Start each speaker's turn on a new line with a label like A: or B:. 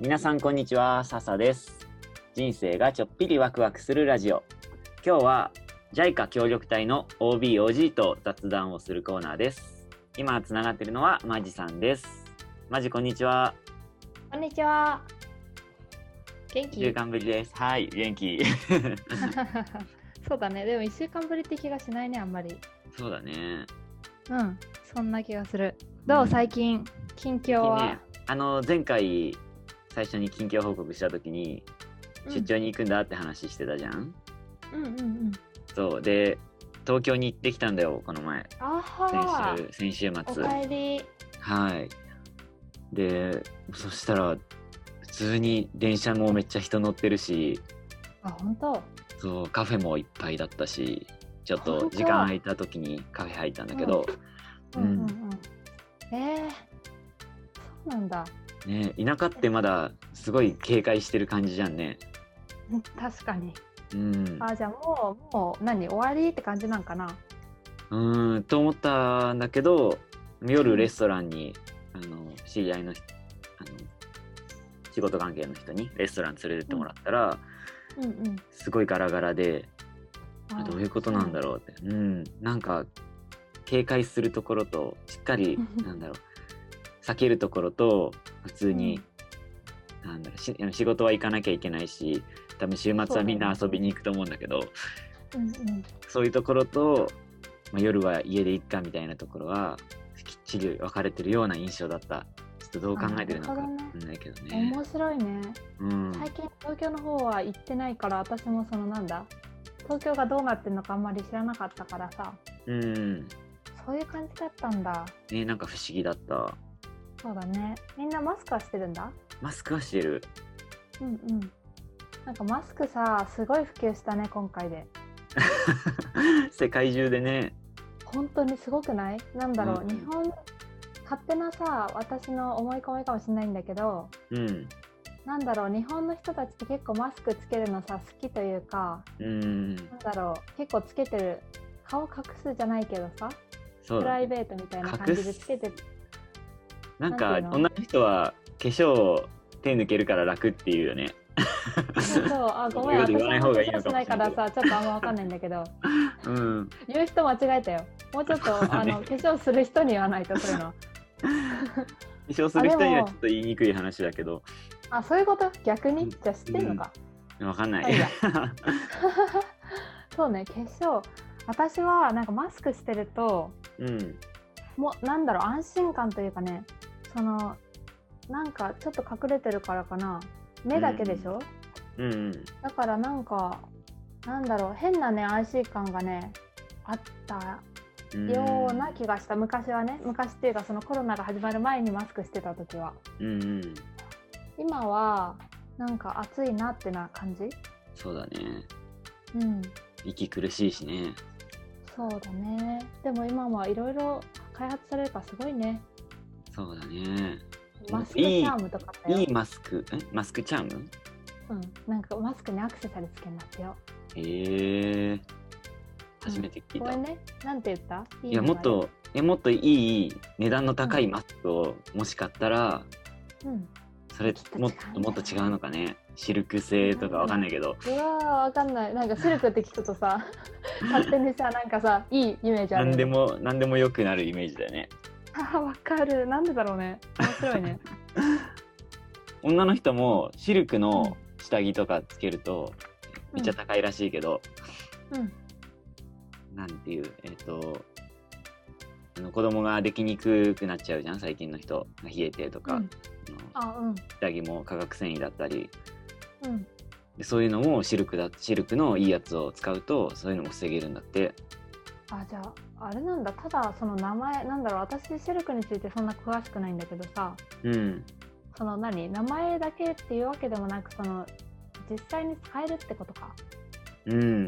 A: 皆さんこんにちは笹です人生がちょっぴりワクワクするラジオ今日は JICA 協力隊の OBOG と雑談をするコーナーです今つながってるのはマジさんですマジこんにちは
B: こんにちは。元
A: 1週
B: 気
A: 間ぶりですはい元 気
B: そうだね。でも1週間ぶりって気がしないね、あんまり。
A: そうだね
B: うん、そんな気がする。ど
A: う
B: うん最近、近況は
A: ね。あの前回最初に近況報告した時に
B: うん
A: 出張に行くんだって話してたじゃん、
B: うんうんうん。
A: そうで東京に行ってきたんだよこの前
B: あは
A: 先週先週
B: お
A: 末
B: かえり。
A: はいでそしたら普通に電車もめっちゃ人乗ってるし
B: あ、本当。
A: そうカフェもいっぱいだったしちょっ
B: 本
A: と
B: 当
A: 時間空いた時にカフェ入ったんだけど、
B: うんうんうん。えー、そうなんだ。
A: ね、田舎ってまだすごい警戒してる感じじゃんね
B: うん確かに。
A: うん
B: あ、じゃあもう、もう、何、終わりって感じなんかな。
A: うーんと思ったんだけど夜レストランにあの知り合いの人あの仕事関係の人にレストラン連れてってもらったら、
B: うんうん。
A: すごいガラガラであどういうことなんだ
B: ろ
A: ろうって、うん、なんか警戒するところとしっかりなんだろう避けるところと普通に、なんだろうし仕事は行かなきゃいけないし多分週末はみんな遊びに行くと思うんだけど
B: うん。うんうん。
A: そういうところと、まあ、夜は家で行っかみたいなところはきっちり分かれてるような印象だったちょっとどう考えてるのか
B: あなるほど
A: 分
B: ね
A: かんないけどね
B: 面白いね。
A: うん、
B: 最近東京の方は行ってないから私もそのなんだ東京がどうなってるのかあんまり知らなかったからさ
A: うん
B: そういう感じだったんだ
A: ねなんか不思議だった
B: そうだねみんなマスクはしてるんだ
A: マスクはしてる
B: うんうんなんかマスクさすごい普及したね今回で
A: 世界中でね
B: 本当にすごくないなんだろう、
A: うん
B: 日本勝手なさ私の思い込みかもしれないんだけど
A: うん
B: なんだろう日本の人たちって結構マスクつけるのさ好きというか
A: うん
B: なんだろう結構つけてる顔隠すじゃないけどさ
A: そう
B: プラ
A: だ
B: イ
A: ね
B: ベートみたいな感じでつけて
A: なん
B: な
A: か
B: んていうの
A: 女の人は化粧を手抜けるから楽っていうよね
B: そうそうあごめん
A: より
B: 私
A: 言わない方がいいの
B: は
A: か
B: し
A: もしれ
B: な
A: ない
B: い
A: け
B: か
A: ど
B: らさちょっとあんま分かんないんだけど
A: うん
B: 言う人間違えたよもうちょっと、
A: そうだ
B: あ
A: ね
B: の化粧する人に言わないとそういうの
A: 化粧する人に
B: あで
A: は
B: も
A: ちょっと言いにくい話だけど
B: あそういうこと逆
A: うん
B: にじゃあ知ってんのか、
A: 分かんない、
B: はいそうね化粧私はなんかマスクしてると
A: うん
B: もうなんだろう安心感というかねそのなんかちょっと隠れてるからかな目だけでしょ、
A: うんうん
B: だからなんかなんだろう変なね安心感がねあった
A: うん
B: ような気がした昔はね昔っていうかそのコロナが始まる前にマスクしてた時は
A: うんうん
B: 今はなんか暑いなってな感じ
A: そうだね
B: うん
A: 息苦しいしね
B: そうだねでも今はいろいろ開発されるからすごいね
A: そうだね
B: マスクチャームとかだよ
A: いいマスクえマスクチャーム
B: うん、なんかマスクにアクセサリーつけるんだってよ
A: へえ初めて聞い
B: ご
A: た、
B: めんねなんて言ったい
A: いや
B: の
A: も
B: が
A: っとえもっといい値段の高いマスクをもし買ったら、
B: うん
A: それ
B: きっと違うん
A: もっ
B: だよ
A: ともっと違うのかねシルク製とかわかんないけど、
B: うわーわかんないなんかシルクって聞くと さ勝手にさなんかさいいイメージある
A: 何でも何でも良くなるイメージだよね
B: あわかるなんでだろうね面白い ね
A: 女の人もシルクの下着とかつけるとめっちゃ高いらしいけど、
B: うん
A: なんていうえっ、とあの子供ができにくくなっちゃうじゃん最近の人冷えてとか、
B: うん
A: あの
B: あうん
A: 下着も化学繊維だったり
B: うん
A: でそういうのもシルクだシルクのいいやつを使うとそういうのも防げるんだって
B: あじゃああれなんだただその名前なんだろう私シルクについてそんな詳しくないんだけどさ
A: うん
B: その何名前だけっていうわけでもなくその実際に使えるってことか
A: うん